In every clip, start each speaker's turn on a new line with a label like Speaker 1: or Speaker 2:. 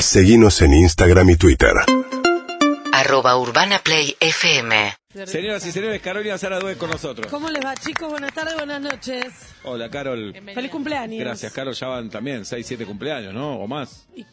Speaker 1: Seguimos en Instagram y Twitter.
Speaker 2: Arroba Urbana Play FM.
Speaker 3: Señoras y señores, Carolina Sara Due con nosotros.
Speaker 4: ¿Cómo les va, chicos? Buenas tardes, buenas noches.
Speaker 3: Hola, Carol.
Speaker 4: Feliz cumpleaños.
Speaker 3: Gracias, Carol. Ya van también 6, 7 cumpleaños, ¿no? O más.
Speaker 4: Y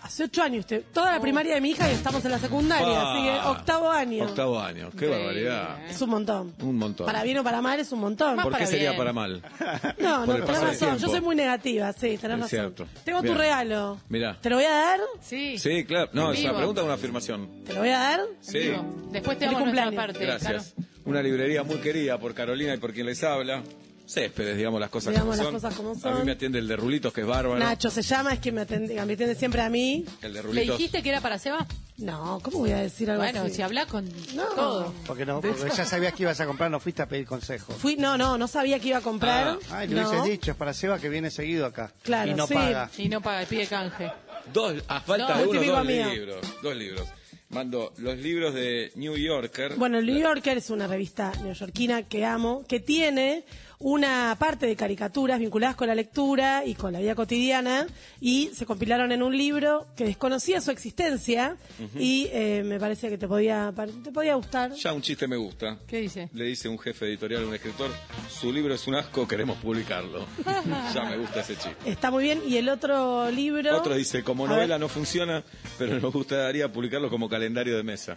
Speaker 4: hace ocho años, usted, toda
Speaker 5: Oh.
Speaker 4: la primaria de mi hija y estamos en la secundaria,
Speaker 3: Ah.
Speaker 4: así que eh, octavo año.
Speaker 3: Octavo año. Qué barbaridad.
Speaker 4: Es un montón.
Speaker 3: Un montón.
Speaker 4: Para bien o para mal es un montón.
Speaker 3: ¿Por qué
Speaker 5: para
Speaker 3: sería
Speaker 5: bien.
Speaker 3: para mal?
Speaker 4: No,
Speaker 3: Por el
Speaker 4: no, tenés
Speaker 3: paso del
Speaker 4: razón. Yo
Speaker 3: tiempo.
Speaker 4: soy muy negativa, sí, tenés
Speaker 3: Es
Speaker 4: razón.
Speaker 3: cierto.
Speaker 4: Tengo
Speaker 3: Bien.
Speaker 4: tu regalo.
Speaker 3: Mirá.
Speaker 4: ¿Te lo voy a dar?
Speaker 5: Sí.
Speaker 3: Sí, claro. No,
Speaker 5: En
Speaker 3: es una
Speaker 5: vivo.
Speaker 3: pregunta o una afirmación.
Speaker 4: ¿Te lo voy a dar?
Speaker 5: En
Speaker 3: Sí.
Speaker 5: vivo. Después te
Speaker 4: Feliz
Speaker 5: hago nuestra
Speaker 4: cumpleaños.
Speaker 5: parte.
Speaker 3: Gracias. Una librería muy querida por Carolina y por quien les habla. Céspedes, digamos las cosas, como,
Speaker 4: Digamos las
Speaker 3: son.
Speaker 4: cosas como
Speaker 3: A mí
Speaker 4: son.
Speaker 3: me atiende el de Rulitos, que es bárbaro.
Speaker 4: Nacho se llama, es que me atende, me atiende siempre a mí.
Speaker 3: El de
Speaker 5: Caro. ¿Le
Speaker 3: Rulitos.
Speaker 5: dijiste que era para Seba?
Speaker 4: No, ¿cómo voy a decir algo
Speaker 5: Bueno,
Speaker 4: así?
Speaker 5: si habla con
Speaker 4: No.
Speaker 5: todo.
Speaker 6: Porque no, porque ya sabías que ibas a comprar, no fuiste a pedir consejo.
Speaker 4: Fui, no, no, no sabía que iba a comprar.
Speaker 3: Ah.
Speaker 6: Ay, le
Speaker 4: no.
Speaker 6: hubieses dicho, es para Seba que viene seguido acá.
Speaker 4: Claro,
Speaker 6: y no
Speaker 4: sí.
Speaker 6: paga.
Speaker 5: Y no paga, y pide canje.
Speaker 3: Dos, a falta
Speaker 5: No,
Speaker 3: de
Speaker 4: el
Speaker 3: uno,
Speaker 4: típico
Speaker 3: dos
Speaker 4: mío.
Speaker 3: libros. Dos libros. Mando los libros de New Yorker.
Speaker 4: Bueno, el New Yorker es una revista neoyorquina que amo, que tiene una parte de caricaturas vinculadas con la lectura y con la vida cotidiana y se compilaron en un libro que desconocía su existencia y eh, me parece que te podía te podía gustar.
Speaker 3: Ya un chiste me gusta.
Speaker 5: ¿Qué dice?
Speaker 3: Le dice un jefe editorial a un escritor, su libro es un asco, queremos publicarlo. ya me gusta ese chiste.
Speaker 4: Está muy bien y el otro libro
Speaker 3: Otro dice, como
Speaker 4: A
Speaker 3: novela
Speaker 4: ver.
Speaker 3: no funciona, pero nos gustaría publicarlo como calendario de mesa.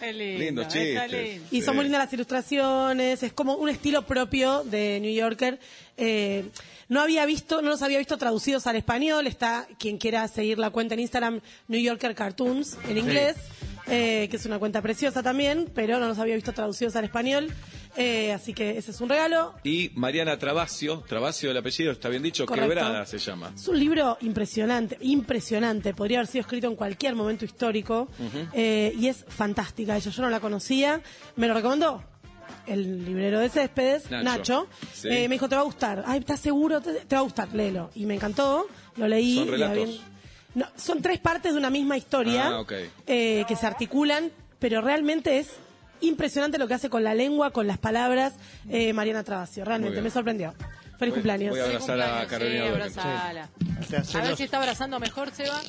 Speaker 5: Qué
Speaker 3: Lindo
Speaker 5: está
Speaker 3: chiste.
Speaker 5: lindo.
Speaker 4: Y son
Speaker 3: Sí.
Speaker 4: muy lindas las ilustraciones, es como un estilo propio de New Yorker. Eh, no había visto, no los había visto traducidos al español, está quien quiera seguir la cuenta en Instagram, New Yorker Cartoons, en inglés, eh, que es una cuenta preciosa también, pero no los había visto traducidos al español, Eh, así que ese es un regalo.
Speaker 3: Y Mariana Trabacio, Trabacio el apellido, está bien dicho,
Speaker 4: Correcto.
Speaker 3: Quebrada se llama.
Speaker 4: Es un libro impresionante, impresionante. Podría haber sido escrito en cualquier momento histórico. Eh, y es fantástica ella. Yo no la conocía. Me lo recomendó el librero de Céspedes,
Speaker 3: Nacho.
Speaker 4: Nacho.
Speaker 3: Sí.
Speaker 4: Eh, me dijo, te va a gustar. Ay, ¿estás seguro? Te, te va a gustar, léelo. Y me encantó. Lo leí.
Speaker 3: ¿Son
Speaker 4: y
Speaker 3: relatos?
Speaker 4: habían- No, son tres partes de una misma historia
Speaker 3: Ah, ok.
Speaker 4: eh, que se articulan, pero realmente es impresionante lo que hace con la lengua, con las palabras. eh, Mariana Travasio,
Speaker 3: Muy
Speaker 4: realmente
Speaker 3: bien.
Speaker 4: me sorprendió. Feliz
Speaker 3: Voy-
Speaker 4: cumpleaños.
Speaker 3: voy a abrazar a Carolina
Speaker 5: Sí,
Speaker 3: Dueño.
Speaker 5: abrazala.
Speaker 6: Te hace
Speaker 5: A ver
Speaker 6: los-
Speaker 5: si está abrazando mejor, Seba.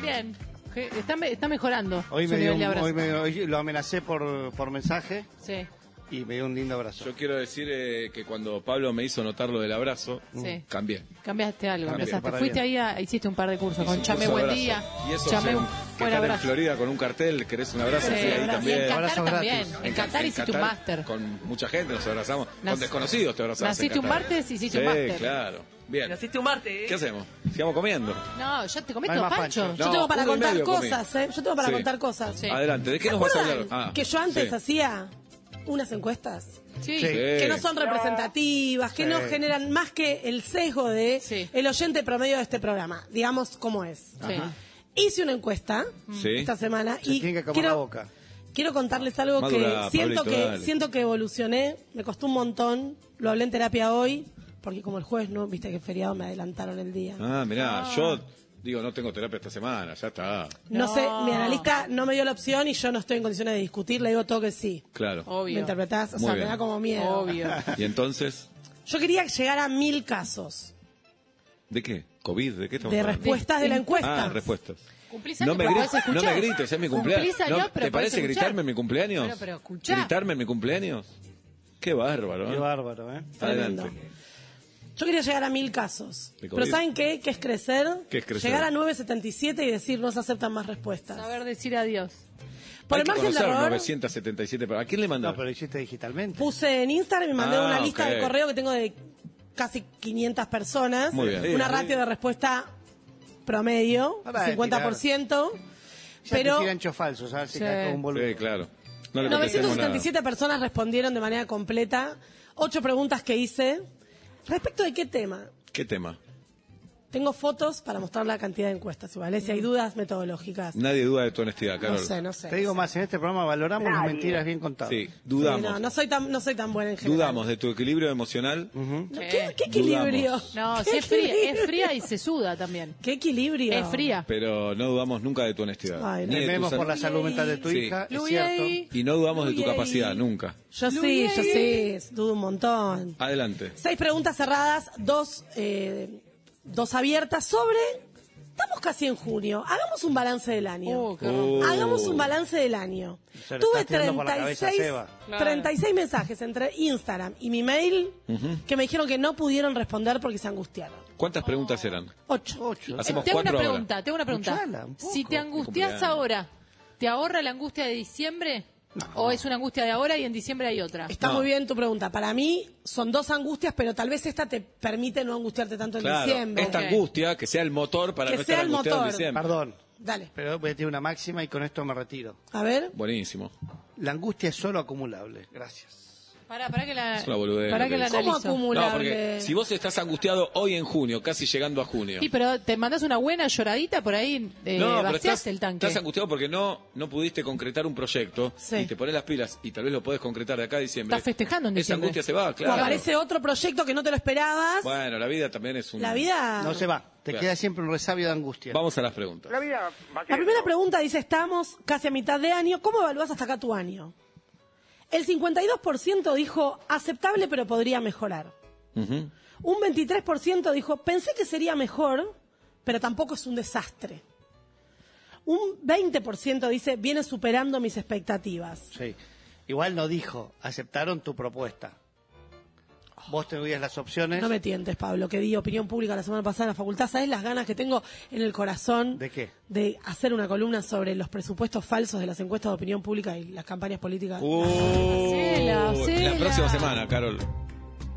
Speaker 5: Bien. Je- Está, me- está mejorando
Speaker 6: Hoy,
Speaker 5: su
Speaker 6: me dio
Speaker 5: nivel de
Speaker 6: un-
Speaker 5: abrazo.
Speaker 6: hoy me- hoy lo amenacé por, por mensaje
Speaker 5: Sí,
Speaker 6: y me dio un lindo abrazo.
Speaker 3: Yo quiero decir eh, que cuando Pablo me hizo notar lo del abrazo,
Speaker 5: Sí.
Speaker 3: cambié.
Speaker 5: cambiaste algo.
Speaker 3: Cambié,
Speaker 5: empezaste.
Speaker 6: para
Speaker 5: Fuiste ahí,
Speaker 6: bien.
Speaker 5: a, hiciste un par de cursos
Speaker 3: Hice
Speaker 5: con
Speaker 3: un
Speaker 5: Chamé
Speaker 3: curso de
Speaker 5: Buen
Speaker 3: abrazo.
Speaker 5: Día.
Speaker 3: Y eso,
Speaker 5: Chamé
Speaker 3: se-
Speaker 5: un
Speaker 3: que
Speaker 5: buen
Speaker 3: están en
Speaker 5: abrazo.
Speaker 3: Florida con un cartel, querés un abrazo,
Speaker 4: Sí,
Speaker 3: sí, ahí
Speaker 4: abrazo.
Speaker 5: Y en
Speaker 3: también.
Speaker 5: Qatar
Speaker 6: Abrazos
Speaker 5: también.
Speaker 6: gratis.
Speaker 5: En Qatar hiciste un
Speaker 3: Qatar,
Speaker 5: máster.
Speaker 3: Con mucha gente nos abrazamos.
Speaker 5: Nac-
Speaker 3: con desconocidos te abrazamos.
Speaker 5: Naciste
Speaker 3: en Qatar.
Speaker 5: un martes, hiciste un
Speaker 3: Sí,
Speaker 5: máster.
Speaker 3: claro. Bien.
Speaker 7: Naciste un martes, ¿eh?
Speaker 3: ¿Qué hacemos? Sigamos comiendo.
Speaker 5: No, yo te comí
Speaker 6: No hay
Speaker 5: todo
Speaker 6: más
Speaker 5: pancho.
Speaker 6: pancho.
Speaker 4: Yo
Speaker 3: No,
Speaker 4: tengo para
Speaker 3: uno y
Speaker 4: contar
Speaker 3: medio comí.
Speaker 4: cosas, ¿eh? Yo tengo para
Speaker 3: Sí.
Speaker 4: contar cosas.
Speaker 5: Sí.
Speaker 3: Adelante, ¿de qué
Speaker 4: ¿Se
Speaker 3: nos vas a hablar?
Speaker 4: acuerdan
Speaker 3: Ah,
Speaker 4: que yo antes
Speaker 3: sí.
Speaker 4: hacía unas encuestas
Speaker 5: Sí.
Speaker 6: Sí.
Speaker 3: Sí.
Speaker 4: que no son representativas, que
Speaker 6: Sí.
Speaker 4: no generan más que el sesgo de
Speaker 5: Sí.
Speaker 4: el oyente promedio de este programa, digamos cómo es.
Speaker 5: Sí.
Speaker 4: Hice una encuesta
Speaker 3: Sí.
Speaker 4: esta semana
Speaker 6: Se
Speaker 4: y
Speaker 6: tiene que comer
Speaker 4: quiero,
Speaker 6: la boca.
Speaker 4: quiero contarles algo
Speaker 3: Madura,
Speaker 4: que siento
Speaker 3: Pablito,
Speaker 4: que
Speaker 3: dale.
Speaker 4: siento que evolucioné, me costó un montón, lo hablé en terapia hoy, porque como el jueves no, viste que es feriado me adelantaron el día.
Speaker 3: Ah, mirá, yo digo, no tengo terapia esta semana, ya está.
Speaker 4: No,
Speaker 5: No.
Speaker 4: sé, mi analista no me dio la opción y yo no estoy en condiciones de discutir, le digo todo que sí.
Speaker 3: Claro.
Speaker 5: Obvio.
Speaker 4: ¿Me interpretás? O
Speaker 3: Muy
Speaker 4: sea,
Speaker 3: bien.
Speaker 4: me da como miedo.
Speaker 5: Obvio.
Speaker 3: ¿Y entonces?
Speaker 4: Yo quería llegar a mil casos
Speaker 3: ¿De qué? ¿COVID? ¿De qué estamos
Speaker 4: de
Speaker 3: hablando?
Speaker 4: respuestas de la encuesta.
Speaker 3: Ah, respuestas.
Speaker 5: Cumplís
Speaker 3: No
Speaker 5: años,
Speaker 3: me,
Speaker 5: pero
Speaker 3: gri-
Speaker 5: podés escuchar.
Speaker 3: no me grites, es mi cumpleaños.
Speaker 5: Cumplís años,
Speaker 3: No,
Speaker 5: pero
Speaker 3: ¿Te
Speaker 5: podés
Speaker 3: parece
Speaker 5: escuchar.
Speaker 3: gritarme en mi cumpleaños?
Speaker 5: Bueno, pero escuchá.
Speaker 3: ¿Gritarme en mi cumpleaños? Qué bárbaro. ¿eh?
Speaker 6: Qué bárbaro, ¿eh?
Speaker 4: Tremendo.
Speaker 3: Adelante.
Speaker 4: Yo quería llegar a mil casos.
Speaker 3: ¿De
Speaker 4: Pero
Speaker 3: COVID?
Speaker 4: ¿saben qué? ¿Qué es crecer?
Speaker 3: ¿Qué es crecer?
Speaker 4: Llegar a 977 y decir no se aceptan más respuestas.
Speaker 5: Saber decir adiós.
Speaker 4: Por
Speaker 3: Hay
Speaker 4: el
Speaker 3: que
Speaker 4: margen de
Speaker 3: conocer
Speaker 4: error,
Speaker 3: 977, pero ¿a quién le mandó?
Speaker 6: No, pero lo hiciste digitalmente.
Speaker 4: puse en Instagram y mandé
Speaker 3: Ah,
Speaker 4: una lista
Speaker 3: ok.
Speaker 4: de correo que tengo de casi 500 personas.
Speaker 3: Muy bien.
Speaker 4: Una ratio de respuesta promedio,
Speaker 6: Ahora de
Speaker 4: 50%.
Speaker 6: Ya
Speaker 4: Pero
Speaker 6: te tiran cho falsos, a ver si
Speaker 5: Sí.
Speaker 6: cae con un boludo.
Speaker 3: Sí, claro. No le contestemos nada.
Speaker 4: 977 personas respondieron de manera completa. Ocho preguntas que hice. ¿Respecto de qué tema?
Speaker 3: ¿Qué tema?
Speaker 4: Tengo fotos para mostrar la cantidad de encuestas igual. ¿eh? Si
Speaker 5: Mm.
Speaker 4: hay dudas metodológicas.
Speaker 3: Nadie duda de tu honestidad, Carol.
Speaker 4: No sé, no sé.
Speaker 6: Te digo más, en este programa valoramos las mentiras bien contadas.
Speaker 3: Sí,
Speaker 4: Sí,
Speaker 3: dudamos.
Speaker 4: no, no soy tan, no soy tan buena en general.
Speaker 3: Dudamos de tu equilibrio emocional.
Speaker 4: No, ¿Qué, qué equilibrio?
Speaker 3: Dudamos.
Speaker 5: No,
Speaker 4: ¿Qué
Speaker 5: si es fría,
Speaker 4: equilibrio?
Speaker 5: es fría y se suda también.
Speaker 4: ¿Qué equilibrio?
Speaker 5: Es fría.
Speaker 3: Pero no dudamos nunca de tu honestidad.
Speaker 4: Ay,
Speaker 3: Ni de tu
Speaker 6: Tememos
Speaker 3: san-
Speaker 6: por la salud mental de tu
Speaker 3: Sí.
Speaker 6: hija, es
Speaker 5: Luis.
Speaker 6: cierto.
Speaker 3: Y no dudamos de tu capacidad, nunca.
Speaker 4: Yo sí, yo sí. Dudo un montón.
Speaker 3: Adelante.
Speaker 4: Seis preguntas cerradas, dos, eh, dos abiertas sobre estamos casi en junio. Hagamos un balance del año.
Speaker 5: Oh, qué
Speaker 3: Oh.
Speaker 5: horror.
Speaker 4: Hagamos un balance del año.
Speaker 6: Se lo
Speaker 4: Tuve
Speaker 6: está tirando por la
Speaker 4: 36,
Speaker 6: cabeza, Seba.
Speaker 5: Claro.
Speaker 4: 36 mensajes entre Instagram y mi mail que me dijeron que no pudieron responder porque se angustiaron.
Speaker 3: ¿Cuántas preguntas eran?
Speaker 4: Ocho.
Speaker 6: Ocho.
Speaker 3: Así- Hacemos
Speaker 5: tengo una
Speaker 3: cuatro ahora.
Speaker 5: pregunta, tengo una pregunta.
Speaker 6: Escuchala, un poco.
Speaker 5: si te angustias
Speaker 3: complicado.
Speaker 5: ahora, ¿te ahorra la angustia de diciembre? ¿O es una angustia de ahora y en diciembre hay otra?
Speaker 4: Está
Speaker 3: No.
Speaker 4: muy bien tu pregunta. Para mí son dos angustias, pero tal vez esta te permite no angustiarte tanto en
Speaker 3: Claro,
Speaker 4: diciembre.
Speaker 3: esta
Speaker 5: Ok.
Speaker 3: angustia, que sea el motor para
Speaker 4: Que
Speaker 3: no estar
Speaker 4: sea el
Speaker 3: angustiado en
Speaker 4: motor.
Speaker 3: diciembre.
Speaker 6: Perdón,
Speaker 4: Dale.
Speaker 6: pero voy a tirar una máxima y con esto me retiro.
Speaker 4: A ver.
Speaker 3: Buenísimo.
Speaker 6: La angustia es solo acumulable. Gracias.
Speaker 5: Pará, pará que la,
Speaker 3: Es una boludez
Speaker 5: pará
Speaker 3: lo
Speaker 5: que
Speaker 3: que
Speaker 5: la
Speaker 3: dice.
Speaker 4: ¿Cómo
Speaker 5: analizo.
Speaker 4: acumula?
Speaker 3: No, porque
Speaker 4: Acumulable.
Speaker 3: si vos estás angustiado hoy en junio, casi llegando a junio.
Speaker 5: Sí, pero te mandas una buena lloradita por ahí, eh,
Speaker 3: no, pero
Speaker 5: vaciaste
Speaker 3: estás,
Speaker 5: el tanque.
Speaker 3: estás angustiado porque no, no pudiste concretar un proyecto
Speaker 4: Sí.
Speaker 3: y te pones las pilas y tal vez lo podés concretar de acá a diciembre.
Speaker 5: Estás festejando en
Speaker 3: Esa
Speaker 5: diciembre.
Speaker 3: angustia se va, claro.
Speaker 4: O aparece otro proyecto que no te lo esperabas.
Speaker 3: Bueno, la vida también es un...
Speaker 4: La
Speaker 5: Ah.
Speaker 4: vida.
Speaker 6: No se va. Te
Speaker 3: Claro.
Speaker 6: queda siempre un resabio de angustia.
Speaker 3: Vamos a las preguntas.
Speaker 7: La vida va
Speaker 4: La primera pregunta dice, estamos casi a mitad de año, ¿cómo evalúas hasta acá tu año? El 52% dijo, aceptable pero podría mejorar.
Speaker 3: Ujú.
Speaker 4: Un 23% dijo, pensé que sería mejor, pero tampoco es un desastre. Un 20% dice, viene superando mis expectativas.
Speaker 6: Sí. Igual no dijo, aceptaron tu propuesta. Vos tendrías las opciones
Speaker 4: No me tientes, Pablo, que di opinión pública la semana pasada en la facultad. ¿Sabes las ganas que tengo en el corazón
Speaker 6: ¿De qué?
Speaker 4: de hacer una columna sobre los presupuestos falsos de las encuestas de opinión pública y las campañas políticas?
Speaker 3: Uh,
Speaker 5: Hacela, hacela.
Speaker 3: la próxima semana, Carol.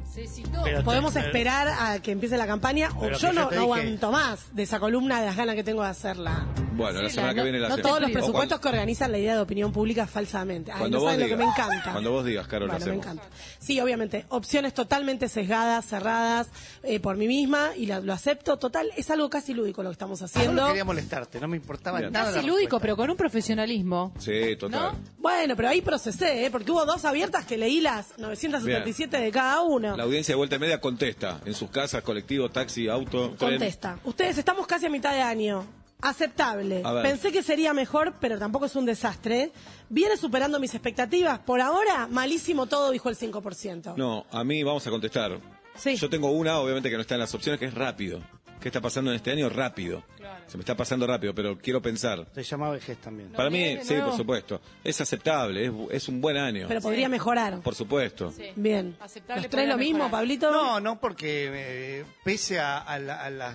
Speaker 5: Se citó.
Speaker 6: Pero-
Speaker 4: Podemos
Speaker 6: Pero-
Speaker 4: esperar a que empiece la campaña o
Speaker 6: Pero
Speaker 4: yo
Speaker 6: que yo
Speaker 4: no,
Speaker 6: te
Speaker 4: no
Speaker 6: dije-
Speaker 4: aguanto más de esa columna de las ganas que tengo de hacerla.
Speaker 3: Bueno, la
Speaker 5: Hacela,
Speaker 3: semana que
Speaker 5: no-
Speaker 3: viene la
Speaker 5: no
Speaker 3: hacemos.
Speaker 4: Todos los
Speaker 5: O cuando-
Speaker 4: presupuestos que organizan la idea de opinión pública falsamente. Ay,
Speaker 3: Cuando
Speaker 4: no
Speaker 3: vos
Speaker 4: saben lo que me
Speaker 3: digas.
Speaker 4: encanta.
Speaker 3: Cuando vos digas, Carol,
Speaker 4: Bueno,
Speaker 3: lo
Speaker 4: me
Speaker 3: hacemos.
Speaker 4: encanta. Sí, obviamente. Opciones totalmente sesgadas, cerradas eh, por mí misma y la- lo acepto. Total, es algo casi lúdico lo que estamos
Speaker 6: Yo
Speaker 4: haciendo.
Speaker 6: no quería molestarte, no me importaba
Speaker 3: Bien.
Speaker 6: nada. la
Speaker 5: Casi lúdico, pero
Speaker 6: respuesta.
Speaker 5: con un profesionalismo.
Speaker 3: Sí, total.
Speaker 4: Bueno, pero ahí procesé, ¿eh? porque hubo dos abiertas que leí las 977 de cada uno.
Speaker 3: La audiencia de Vuelta y Media contesta en sus casas, colectivo, taxi, auto, tren.
Speaker 4: Contesta. Ustedes estamos casi a mitad de año. Aceptable.
Speaker 3: A ver.
Speaker 4: Pensé que sería mejor, pero tampoco es un desastre. ¿eh? Viene superando mis expectativas. Por ahora, malísimo todo, dijo el 5%.
Speaker 3: No, a mí vamos a contestar.
Speaker 4: Sí.
Speaker 3: Yo tengo una, obviamente, que no está en las opciones, que es rápido. ¿Qué está pasando en este año? Rápido. Se me está pasando rápido, pero quiero pensar.
Speaker 6: Se llamaba vejez también.
Speaker 5: No.
Speaker 3: Para mí,
Speaker 5: viene de
Speaker 3: sí,
Speaker 5: nuevo.
Speaker 3: por supuesto. Es aceptable, es, bu- es un buen año.
Speaker 4: Pero podría mejorar.
Speaker 3: Por supuesto.
Speaker 4: Bien.
Speaker 5: Aceptable
Speaker 4: ¿Los tres
Speaker 5: para
Speaker 4: lo mismo,
Speaker 5: mejorar.
Speaker 4: Pablito?
Speaker 6: No, no, porque eh, pese a, a la- a los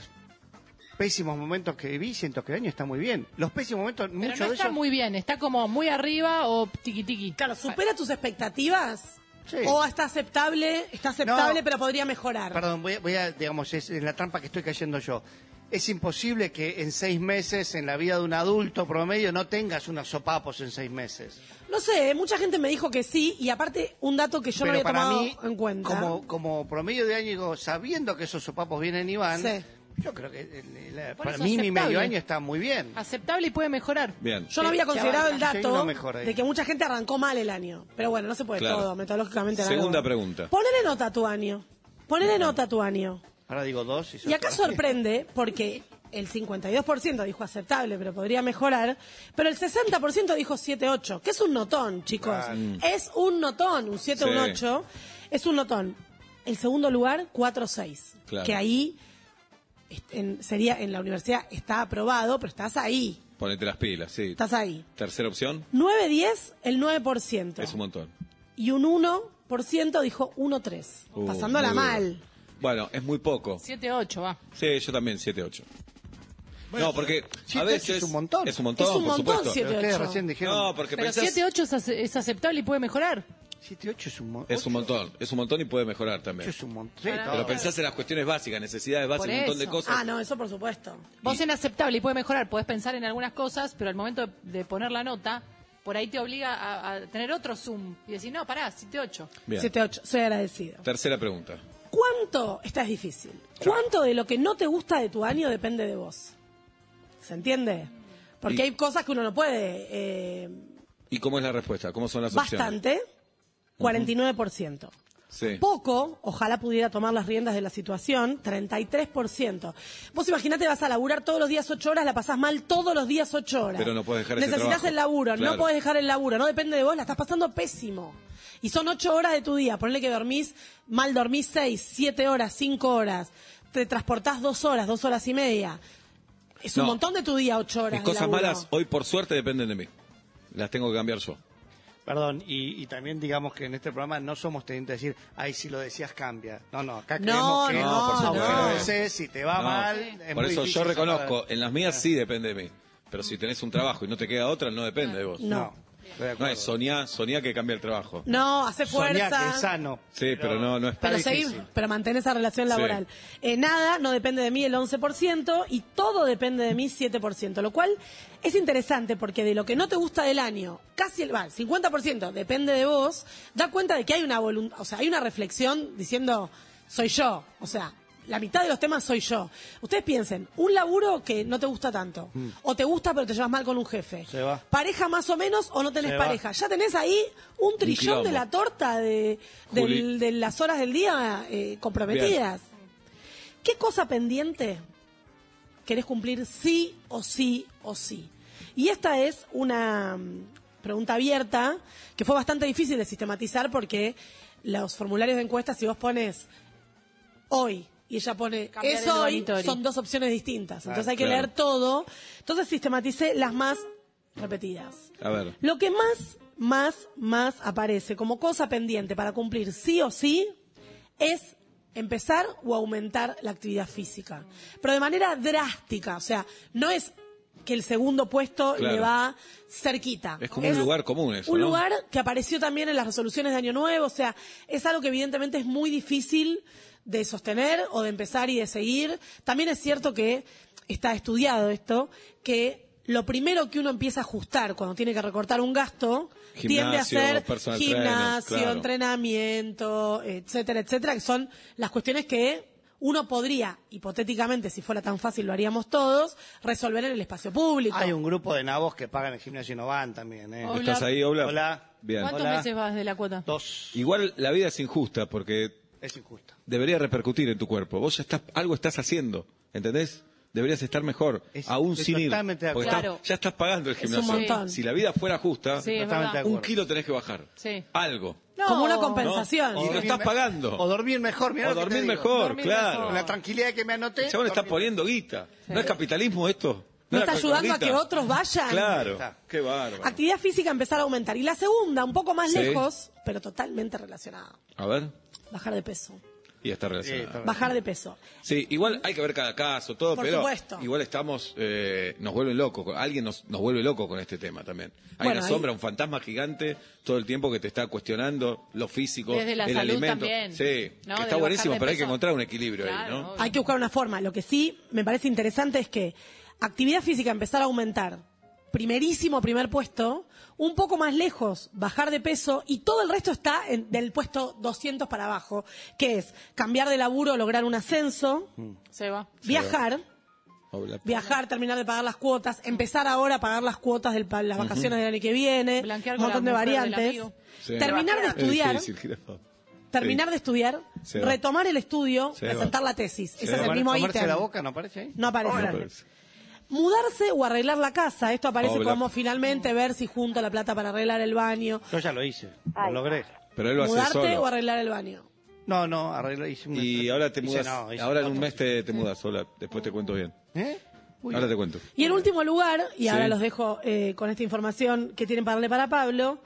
Speaker 6: pésimos momentos que viví, siento que el año está muy bien. Los pésimos momentos,
Speaker 5: Pero
Speaker 6: muchos
Speaker 5: no
Speaker 6: de
Speaker 5: está
Speaker 6: ellos.
Speaker 5: muy bien, está como muy arriba o tiqui tiqui.
Speaker 4: Claro, ¿supera tus expectativas?
Speaker 6: Sí.
Speaker 4: ¿O está aceptable? Está aceptable,
Speaker 6: No.
Speaker 4: pero podría mejorar.
Speaker 6: Perdón, voy, a- voy a, digamos, es en la trampa que estoy cayendo yo. Es imposible que en seis meses, en la vida de un adulto promedio, no tengas unos sopapos en seis meses.
Speaker 4: No sé, ¿eh? mucha gente me dijo que sí, y aparte, un dato que yo no
Speaker 6: Pero
Speaker 4: había
Speaker 6: para
Speaker 4: tomado
Speaker 6: mí,
Speaker 4: en cuenta.
Speaker 6: Como, como promedio de año, digo, sabiendo que esos sopapos vienen y van,
Speaker 4: Sí.
Speaker 6: yo creo que eh, la-
Speaker 5: Por
Speaker 6: para
Speaker 5: eso
Speaker 6: mí mi
Speaker 5: aceptable.
Speaker 6: medio año está muy bien.
Speaker 4: Ah.
Speaker 5: Aceptable y puede mejorar.
Speaker 3: Bien.
Speaker 4: Yo no había
Speaker 6: Ya
Speaker 4: considerado
Speaker 6: va,
Speaker 4: el
Speaker 6: ya hay
Speaker 4: dato
Speaker 6: uno mejor ahí.
Speaker 4: de que mucha gente arrancó mal el año. Pero bueno, no se puede
Speaker 3: Claro.
Speaker 4: todo, metodológicamente. no
Speaker 3: Segunda
Speaker 4: lo-
Speaker 3: pregunta.
Speaker 4: Ponele nota a tu año. Ponele nota a tu año.
Speaker 6: Ahora digo dos. Y,
Speaker 4: Y acá
Speaker 6: sopapos.
Speaker 4: sorprende porque el 52% dijo aceptable, pero podría mejorar. Pero el 60% dijo 7-8, que es un notón, chicos. Es un notón, un 7, un
Speaker 3: Sí.
Speaker 4: 8. Es un notón. El segundo lugar, 4-6.
Speaker 3: Claro.
Speaker 4: Que ahí est- en- sería en la universidad está aprobado, pero estás ahí.
Speaker 3: Ponete las pilas, sí.
Speaker 4: Estás ahí.
Speaker 3: Tercera opción
Speaker 4: 9-10, el 9%.
Speaker 3: es un montón.
Speaker 4: Y un 1% dijo 1-3.
Speaker 3: Uh,
Speaker 4: pasándola
Speaker 3: muy duro.
Speaker 4: mal.
Speaker 3: Bueno, es muy poco.
Speaker 5: 7-8, va.
Speaker 3: Sí, yo también, 7-8. no, porque a
Speaker 6: 7-8
Speaker 3: veces.
Speaker 6: es un montón.
Speaker 3: Es un montón,
Speaker 4: Es
Speaker 3: por
Speaker 4: un montón,
Speaker 3: supuesto.
Speaker 6: Pero ustedes
Speaker 4: 7-8.
Speaker 6: recién dijeron.
Speaker 3: No, porque
Speaker 5: Pero
Speaker 3: pensás-
Speaker 5: 7-8 es, ace- es aceptable y puede mejorar.
Speaker 6: 7, 8 es un montón.
Speaker 3: Es un montón, es un montón y puede mejorar también.
Speaker 6: es un montón. Sí,
Speaker 5: Para
Speaker 6: todo.
Speaker 3: Pero pensás en las cuestiones básicas, necesidades básicas, un montón de
Speaker 5: eso.
Speaker 3: cosas.
Speaker 4: Ah, no, eso por supuesto.
Speaker 5: Vos en aceptable y puede mejorar, podés pensar en algunas cosas, pero al momento de, de poner la nota, por ahí te obliga a, a tener otro zoom y decir, no, pará, 7-8.
Speaker 3: Bien.
Speaker 4: 7-8, soy agradecida.
Speaker 3: Tercera pregunta.
Speaker 4: ¿Cuánto, esta es difícil, cuánto de lo que no te gusta de tu año depende de vos? ¿Se entiende? Porque
Speaker 3: Y-
Speaker 4: hay cosas que uno no puede. eh,
Speaker 3: ¿Y cómo es la respuesta? ¿Cómo son las opciones?
Speaker 4: bastante, 49%.
Speaker 3: Sí.
Speaker 4: Poco, ojalá pudiera tomar las riendas de la situación, 33%. Vos imaginate, vas a laburar todos los días 8 horas, la pasás mal todos los días 8 horas.
Speaker 3: Pero no podés dejar ese
Speaker 4: Necesitas
Speaker 3: trabajo.
Speaker 4: el laburo,
Speaker 3: Claro.
Speaker 4: no podés dejar el laburo, no depende de vos, la estás pasando pésimo. Y son 8 horas de tu día, ponle que dormís, mal dormís 6, 7 horas, 5 horas, te transportás 2 horas, 2 horas y media. Es
Speaker 3: No.
Speaker 4: un montón de tu día, ocho horas.
Speaker 3: Mis cosas
Speaker 4: de laburo.
Speaker 3: malas hoy por suerte dependen de mí. Las tengo que cambiar yo.
Speaker 6: Perdón, y, y también digamos que en este programa no somos tenientes a decir, ay, si lo decías cambia. No, no, acá
Speaker 4: No,
Speaker 6: creemos que
Speaker 4: no,
Speaker 6: por supuesto,
Speaker 3: no.
Speaker 6: a veces si te va
Speaker 3: No.
Speaker 6: mal. es
Speaker 3: Por
Speaker 6: muy
Speaker 3: eso
Speaker 6: difícil Ah.
Speaker 3: yo reconozco, eh,
Speaker 6: sacar-
Speaker 3: en las mías sí depende de mí. Pero si tenés un trabajo y no te queda otra, no depende de vos.
Speaker 4: No.
Speaker 6: No, estoy de
Speaker 3: No
Speaker 6: acuerdo.
Speaker 3: es soñá, soñá que cambia el trabajo.
Speaker 4: No, hace
Speaker 6: Soñá
Speaker 4: fuerza.
Speaker 6: que es sano.
Speaker 3: Sí, pero no, no es
Speaker 4: Pero,
Speaker 6: Está
Speaker 4: seguí-
Speaker 6: difícil.
Speaker 4: pero mantén esa relación
Speaker 3: Sí.
Speaker 4: laboral. Eh, nada, no depende de mí el 11% y todo depende de mí 7%, lo cual es interesante porque de lo que no te gusta del año, casi el, va, el 50% depende de vos, da cuenta de que hay una volun- o sea, hay una reflexión diciendo soy yo, o sea, la mitad de los temas soy yo. Ustedes piensen, un laburo que no te gusta tanto, o te gusta pero te llevas mal con un jefe,
Speaker 6: Mm. Se va.
Speaker 4: pareja más o menos o no tenés
Speaker 6: Se va.
Speaker 4: pareja, ya tenés ahí un trillón de
Speaker 3: quilombo.
Speaker 4: la torta de, del-
Speaker 3: Juli.
Speaker 4: de las horas del día eh, comprometidas. ¿Qué cosa pendiente querés cumplir sí o sí o sí? Y esta es una mm, pregunta abierta que fue bastante difícil de sistematizar porque los formularios de encuestas, si vos pones hoy y ella pone
Speaker 5: Cambiar
Speaker 4: es
Speaker 5: el Ah,
Speaker 4: hoy,
Speaker 5: dormitorio.
Speaker 4: son dos opciones distintas. Entonces hay que
Speaker 3: claro.
Speaker 4: leer todo. Entonces sistematicé las más repetidas.
Speaker 3: A ver.
Speaker 4: Lo que más, más, más aparece como cosa pendiente para cumplir sí o sí es empezar o aumentar la actividad física. Pero de manera drástica, o sea, no es que el segundo puesto
Speaker 3: Claro.
Speaker 4: le va cerquita.
Speaker 3: Es como un lugar común eso,
Speaker 4: Un
Speaker 3: ¿no?
Speaker 4: lugar que apareció también en las resoluciones de Año Nuevo, o sea, es algo que evidentemente es muy difícil de sostener o de empezar y de seguir. También es cierto que está estudiado esto, que lo primero que uno empieza a ajustar cuando tiene que recortar un gasto tiende a
Speaker 3: Gimnasio,
Speaker 4: ser
Speaker 3: personal trainer,
Speaker 4: gimnasio,
Speaker 3: claro.
Speaker 4: entrenamiento, etcétera, etcétera, que son las cuestiones que uno podría, hipotéticamente, si fuera tan fácil, lo haríamos todos, resolver en el espacio público.
Speaker 6: Hay un grupo de nabos que pagan el gimnasio y no van también, ¿eh?
Speaker 5: Hola.
Speaker 3: ¿Estás ahí, Ola?
Speaker 6: Hola.
Speaker 3: Bien.
Speaker 5: ¿Cuántos
Speaker 6: Hola.
Speaker 5: meses vas de la cuota?
Speaker 6: Dos.
Speaker 3: Igual la vida es injusta porque
Speaker 6: Es injusto.
Speaker 3: debería repercutir en tu cuerpo. Vos ya estás, algo estás haciendo, ¿entendés? Deberías estar mejor,
Speaker 6: Es-
Speaker 3: aún
Speaker 6: es
Speaker 3: sin ir.
Speaker 6: totalmente de
Speaker 3: porque
Speaker 5: acuerdo.
Speaker 3: estás-
Speaker 5: Claro.
Speaker 3: ya estás pagando el
Speaker 4: un
Speaker 3: gimnasio.
Speaker 4: montón.
Speaker 3: Si la vida fuera justa,
Speaker 5: Sí, es
Speaker 6: Totalmente
Speaker 5: verdad.
Speaker 3: un
Speaker 6: de acuerdo.
Speaker 3: kilo tenés que bajar.
Speaker 5: Sí.
Speaker 3: Algo.
Speaker 5: No.
Speaker 4: Como una
Speaker 3: ¿no?
Speaker 4: compensación.
Speaker 3: Y lo
Speaker 6: dormir
Speaker 3: estás
Speaker 6: me-
Speaker 3: pagando.
Speaker 6: O dormir mejor, mirá
Speaker 3: O
Speaker 6: lo que te
Speaker 3: dormir
Speaker 6: digo.
Speaker 3: mejor,
Speaker 5: Dormir
Speaker 3: claro.
Speaker 5: mejor.
Speaker 6: Con la tranquilidad que me anoté.
Speaker 3: El chabón está
Speaker 6: dormir-
Speaker 3: poniendo guita. ¿No es capitalismo esto?
Speaker 4: ¿No
Speaker 3: es
Speaker 4: está
Speaker 3: la
Speaker 4: ayudando a que
Speaker 3: Coca-Colita?
Speaker 4: otros vayan?
Speaker 3: Claro.
Speaker 6: Está.
Speaker 3: Qué bárbaro.
Speaker 4: Actividad física empezar a aumentar. Y la segunda, un poco más
Speaker 3: Sí.
Speaker 4: lejos, pero totalmente relacionada.
Speaker 3: A ver.
Speaker 4: Bajar de peso.
Speaker 3: Y está
Speaker 6: Sí, está
Speaker 3: relacionado.
Speaker 4: Bajar de peso.
Speaker 3: Sí, igual hay que ver cada caso, todo,
Speaker 4: Por
Speaker 3: pero
Speaker 4: supuesto.
Speaker 3: igual estamos, eh, nos vuelven locos, con- alguien nos, nos vuelve loco con este tema también. Hay
Speaker 4: Bueno,
Speaker 3: una
Speaker 4: ahí-
Speaker 3: sombra, un fantasma gigante todo el tiempo que te está cuestionando lo físico,
Speaker 5: Desde la
Speaker 3: el
Speaker 5: salud
Speaker 3: alimento.
Speaker 5: también.
Speaker 3: Sí,
Speaker 5: ¿No?
Speaker 3: que
Speaker 5: De
Speaker 3: está
Speaker 5: bajar
Speaker 3: buenísimo,
Speaker 5: de
Speaker 3: pero hay que
Speaker 5: peso.
Speaker 3: encontrar un equilibrio ahí,
Speaker 5: Claro,
Speaker 3: ¿no?
Speaker 5: obvio.
Speaker 4: Hay que buscar una forma. Lo que sí me parece interesante es que actividad física empezar a aumentar. Primerísimo primer puesto, un poco más lejos, bajar de peso y todo el resto está en- del puesto 200 para abajo, que es cambiar de laburo, lograr un ascenso,
Speaker 3: Mm,
Speaker 5: Se va.
Speaker 4: viajar,
Speaker 3: Hola.
Speaker 4: viajar, terminar de pagar las cuotas, empezar ahora a pagar las cuotas de las vacaciones del año que viene,
Speaker 5: Blanquear
Speaker 4: un
Speaker 5: con
Speaker 4: montón de
Speaker 5: la mujer del
Speaker 4: variantes,
Speaker 5: amigo.
Speaker 3: Sí.
Speaker 4: terminar de
Speaker 3: Es
Speaker 4: estudiar,
Speaker 3: difícil, jirafa.
Speaker 4: terminar de estudiar,
Speaker 3: Se va.
Speaker 4: retomar el estudio,
Speaker 3: Se va.
Speaker 4: presentar la tesis.
Speaker 3: Se
Speaker 4: Ese es
Speaker 3: va.
Speaker 4: el mismo
Speaker 6: Comerse
Speaker 4: ítem.
Speaker 6: la boca no aparece ahí.
Speaker 4: No aparece.
Speaker 3: No aparece.
Speaker 4: Mudarse o arreglar la casa. Esto aparece
Speaker 3: Hola.
Speaker 4: como finalmente ver si junto la plata para arreglar el baño.
Speaker 6: Yo ya lo hice, lo logré.
Speaker 3: Pero él lo hace
Speaker 4: Mudarte
Speaker 3: solo.
Speaker 4: o arreglar el baño.
Speaker 6: No, no, arreglo, hice un
Speaker 3: Y ahora te
Speaker 6: hice-
Speaker 3: mudas,
Speaker 6: no, hice
Speaker 3: ahora en un
Speaker 6: otro.
Speaker 3: mes te, te mudas, hola, después te cuento bien.
Speaker 6: ¿Eh? Uy,
Speaker 3: Ahora te cuento.
Speaker 4: Y en último lugar, y ahora
Speaker 3: Sí.
Speaker 4: los dejo eh, con esta información que tienen para darle para Pablo,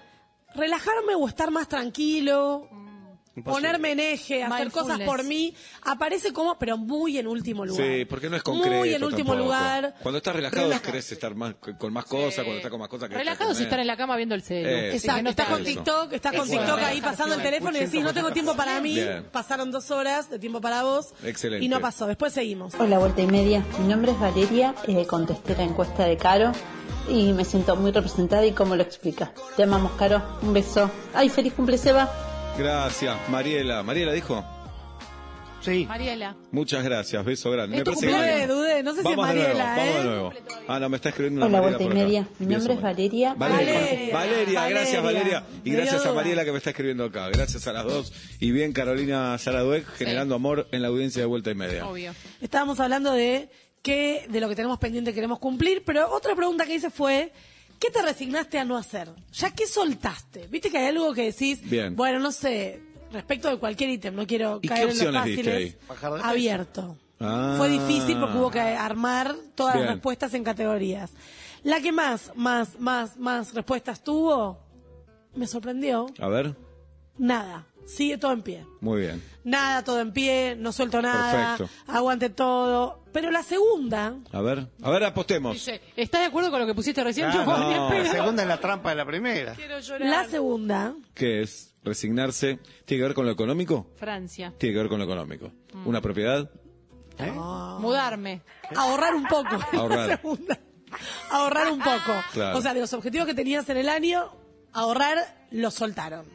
Speaker 4: relajarme o estar más tranquilo,
Speaker 3: Mm.
Speaker 6: imposible.
Speaker 4: ponerme en eje, hacer
Speaker 5: Mindfulness.
Speaker 4: cosas por mí, aparece como, pero muy en último lugar.
Speaker 3: Sí, porque no es concreto.
Speaker 4: Muy en último
Speaker 3: tampoco.
Speaker 4: lugar.
Speaker 3: Cuando estás relajado querés estar más con más cosas, cuando estás con más cosas que
Speaker 5: Relajados
Speaker 3: comer.
Speaker 5: estar en la cama viendo el celu.
Speaker 3: Eh,
Speaker 5: Sí, que
Speaker 4: Exacto,
Speaker 5: no
Speaker 4: estás
Speaker 5: está
Speaker 4: con
Speaker 3: eso.
Speaker 4: TikTok, estás con
Speaker 3: Eso.
Speaker 4: TikTok ahí pasando el teléfono y decís, no tengo tiempo para mí,
Speaker 3: Bien.
Speaker 4: pasaron dos horas de tiempo para vos
Speaker 3: Excelente.
Speaker 4: y no pasó, después seguimos.
Speaker 7: Hola, vuelta y media. Mi nombre es Valeria, eh, contesté la encuesta de Caro y me siento muy representada y cómo lo explica. Te amamos, Caro. Un beso. Ay, feliz cumple, Seba.
Speaker 3: Gracias, Mariela. Mariela dijo.
Speaker 6: Sí,
Speaker 5: Mariela.
Speaker 3: Muchas gracias, beso grande.
Speaker 5: Es tu
Speaker 3: que
Speaker 4: cumpleaños,
Speaker 3: vale.
Speaker 4: dudé, no sé si
Speaker 3: vamos
Speaker 4: es Mariela,
Speaker 3: de nuevo,
Speaker 4: ¿eh?
Speaker 3: Vamos de nuevo. Ah, no, me está escribiendo una
Speaker 7: Hola,
Speaker 3: Mariela
Speaker 7: vuelta y
Speaker 3: por acá.
Speaker 7: media. Mi
Speaker 3: Bien,
Speaker 7: nombre es
Speaker 3: Samuel.
Speaker 7: Valeria.
Speaker 3: Valeria.
Speaker 4: Valeria.
Speaker 3: Valeria, gracias
Speaker 4: Valeria.
Speaker 3: Valeria. Y
Speaker 4: Me dio
Speaker 3: gracias a
Speaker 4: duda.
Speaker 3: Mariela que me está escribiendo acá. Gracias a las dos. Y bien Carolina Saraduec generando amor en la audiencia de vuelta y media.
Speaker 5: Obvio.
Speaker 4: Estábamos hablando de qué, de lo que tenemos pendiente queremos cumplir, pero otra pregunta que hice fue, ¿qué te resignaste a no hacer? ¿Ya qué soltaste? Viste que hay algo que decís,
Speaker 3: Bien.
Speaker 4: bueno, no sé, respecto de cualquier ítem, no quiero
Speaker 3: ¿Y qué
Speaker 4: caer en los
Speaker 3: opciones diste
Speaker 4: fáciles,
Speaker 6: ahí? Bajar de peso.
Speaker 4: abierto.
Speaker 3: Ah.
Speaker 4: Fue difícil porque hubo que armar todas
Speaker 3: Bien.
Speaker 4: las respuestas en categorías. La que más, más, más, más respuestas tuvo, me sorprendió,
Speaker 3: A ver,
Speaker 4: nada. Sigue todo en pie.
Speaker 3: muy bien.
Speaker 4: Nada, todo en pie, no suelto nada,
Speaker 3: Perfecto.
Speaker 4: aguante todo. Pero la segunda,
Speaker 3: A ver, a ver, apostemos.
Speaker 5: Dice, ¿estás de acuerdo con lo que pusiste recién?
Speaker 3: Ah,
Speaker 5: Yo
Speaker 3: no.
Speaker 5: ni en pedo.
Speaker 6: La segunda es la trampa de la primera.
Speaker 5: Quiero llorar.
Speaker 4: la segunda,
Speaker 3: ¿Qué es? ¿Resignarse? ¿Tiene que ver con lo económico?
Speaker 5: Francia.
Speaker 3: Tiene que ver con lo económico.
Speaker 4: Mm.
Speaker 3: ¿Una propiedad?
Speaker 5: Mudarme.
Speaker 4: ahorrar un poco.
Speaker 3: Ahorrar.
Speaker 4: La segunda, ahorrar un poco.
Speaker 3: Claro.
Speaker 4: O sea, de los objetivos que tenías en el año, ahorrar, los soltaron.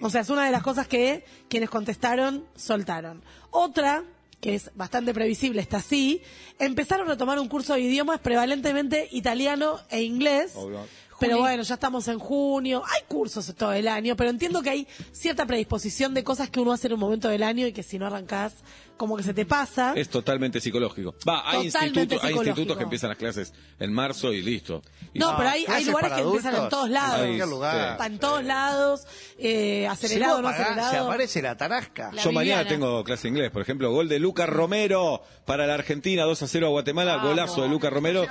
Speaker 4: O sea, es una de las cosas que quienes contestaron, soltaron. Otra, que es bastante previsible, está así, empezaron a tomar un curso de idiomas prevalentemente italiano e inglés.
Speaker 3: Obvio.
Speaker 4: Pero
Speaker 5: Juli.
Speaker 4: bueno, ya estamos en junio, hay cursos todo el año, pero entiendo que hay cierta predisposición de cosas que uno hace en un momento del año y que si no arrancás, como que se te pasa.
Speaker 3: Es totalmente psicológico. Va, hay,
Speaker 4: Totalmente
Speaker 3: institutos, hay
Speaker 4: psicológico.
Speaker 3: institutos que empiezan las clases en marzo y listo. Y
Speaker 4: No,
Speaker 3: si-
Speaker 4: pero hay, hay
Speaker 6: clases
Speaker 4: lugares
Speaker 6: para
Speaker 4: que empiezan en
Speaker 6: adultos,
Speaker 4: todos
Speaker 6: En
Speaker 4: lados.
Speaker 3: Ahí,
Speaker 6: cualquier lugar.
Speaker 4: Está en todos lados, eh,
Speaker 6: Si
Speaker 4: acelerado,
Speaker 6: vos
Speaker 4: no
Speaker 6: pagás, se
Speaker 4: acelerado.
Speaker 6: aparece la tarasca.
Speaker 5: La
Speaker 3: Yo mañana
Speaker 5: Viviana.
Speaker 3: tengo clase de inglés, por ejemplo, gol de Lucas Romero para la Argentina, 2 a 0 a Guatemala, golazo de Lucas Romero.